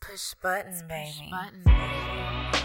buttons, Push baby. buttons, baby.